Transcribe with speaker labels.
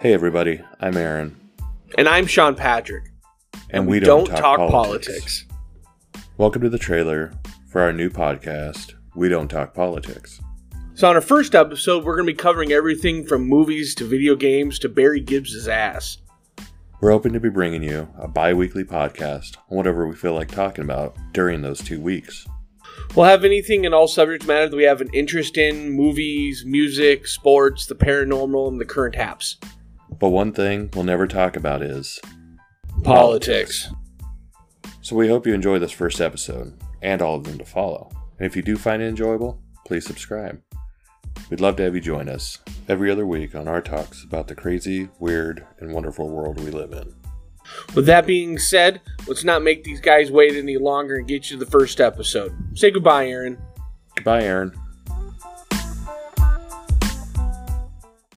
Speaker 1: Hey, everybody. I'm Aaron,
Speaker 2: And I'm Sean Patrick.
Speaker 1: and, we, don't,
Speaker 2: talk, politics.
Speaker 1: Welcome to the trailer for our new podcast, We Don't Talk Politics.
Speaker 2: So, on our first episode, we're going to be covering everything from movies to video games to Barry Gibbs' ass.
Speaker 1: We're hoping to be bringing you a bi weekly podcast on whatever we feel like talking about during those two weeks.
Speaker 2: We'll have anything in all subject matter that we have an interest in movies, music, sports, the paranormal, and the current haps.
Speaker 1: But one thing we'll never talk about is
Speaker 2: Politics.
Speaker 1: so we hope you enjoy this first episode and all of them to follow. And if you do find it enjoyable, please subscribe. We'd love to have you join us every other week on our talks about the crazy, weird, and wonderful world we live in.
Speaker 2: With that being said, let's not make these guys wait any longer and get you the first episode. Say goodbye, Aaron.
Speaker 1: Goodbye, Aaron.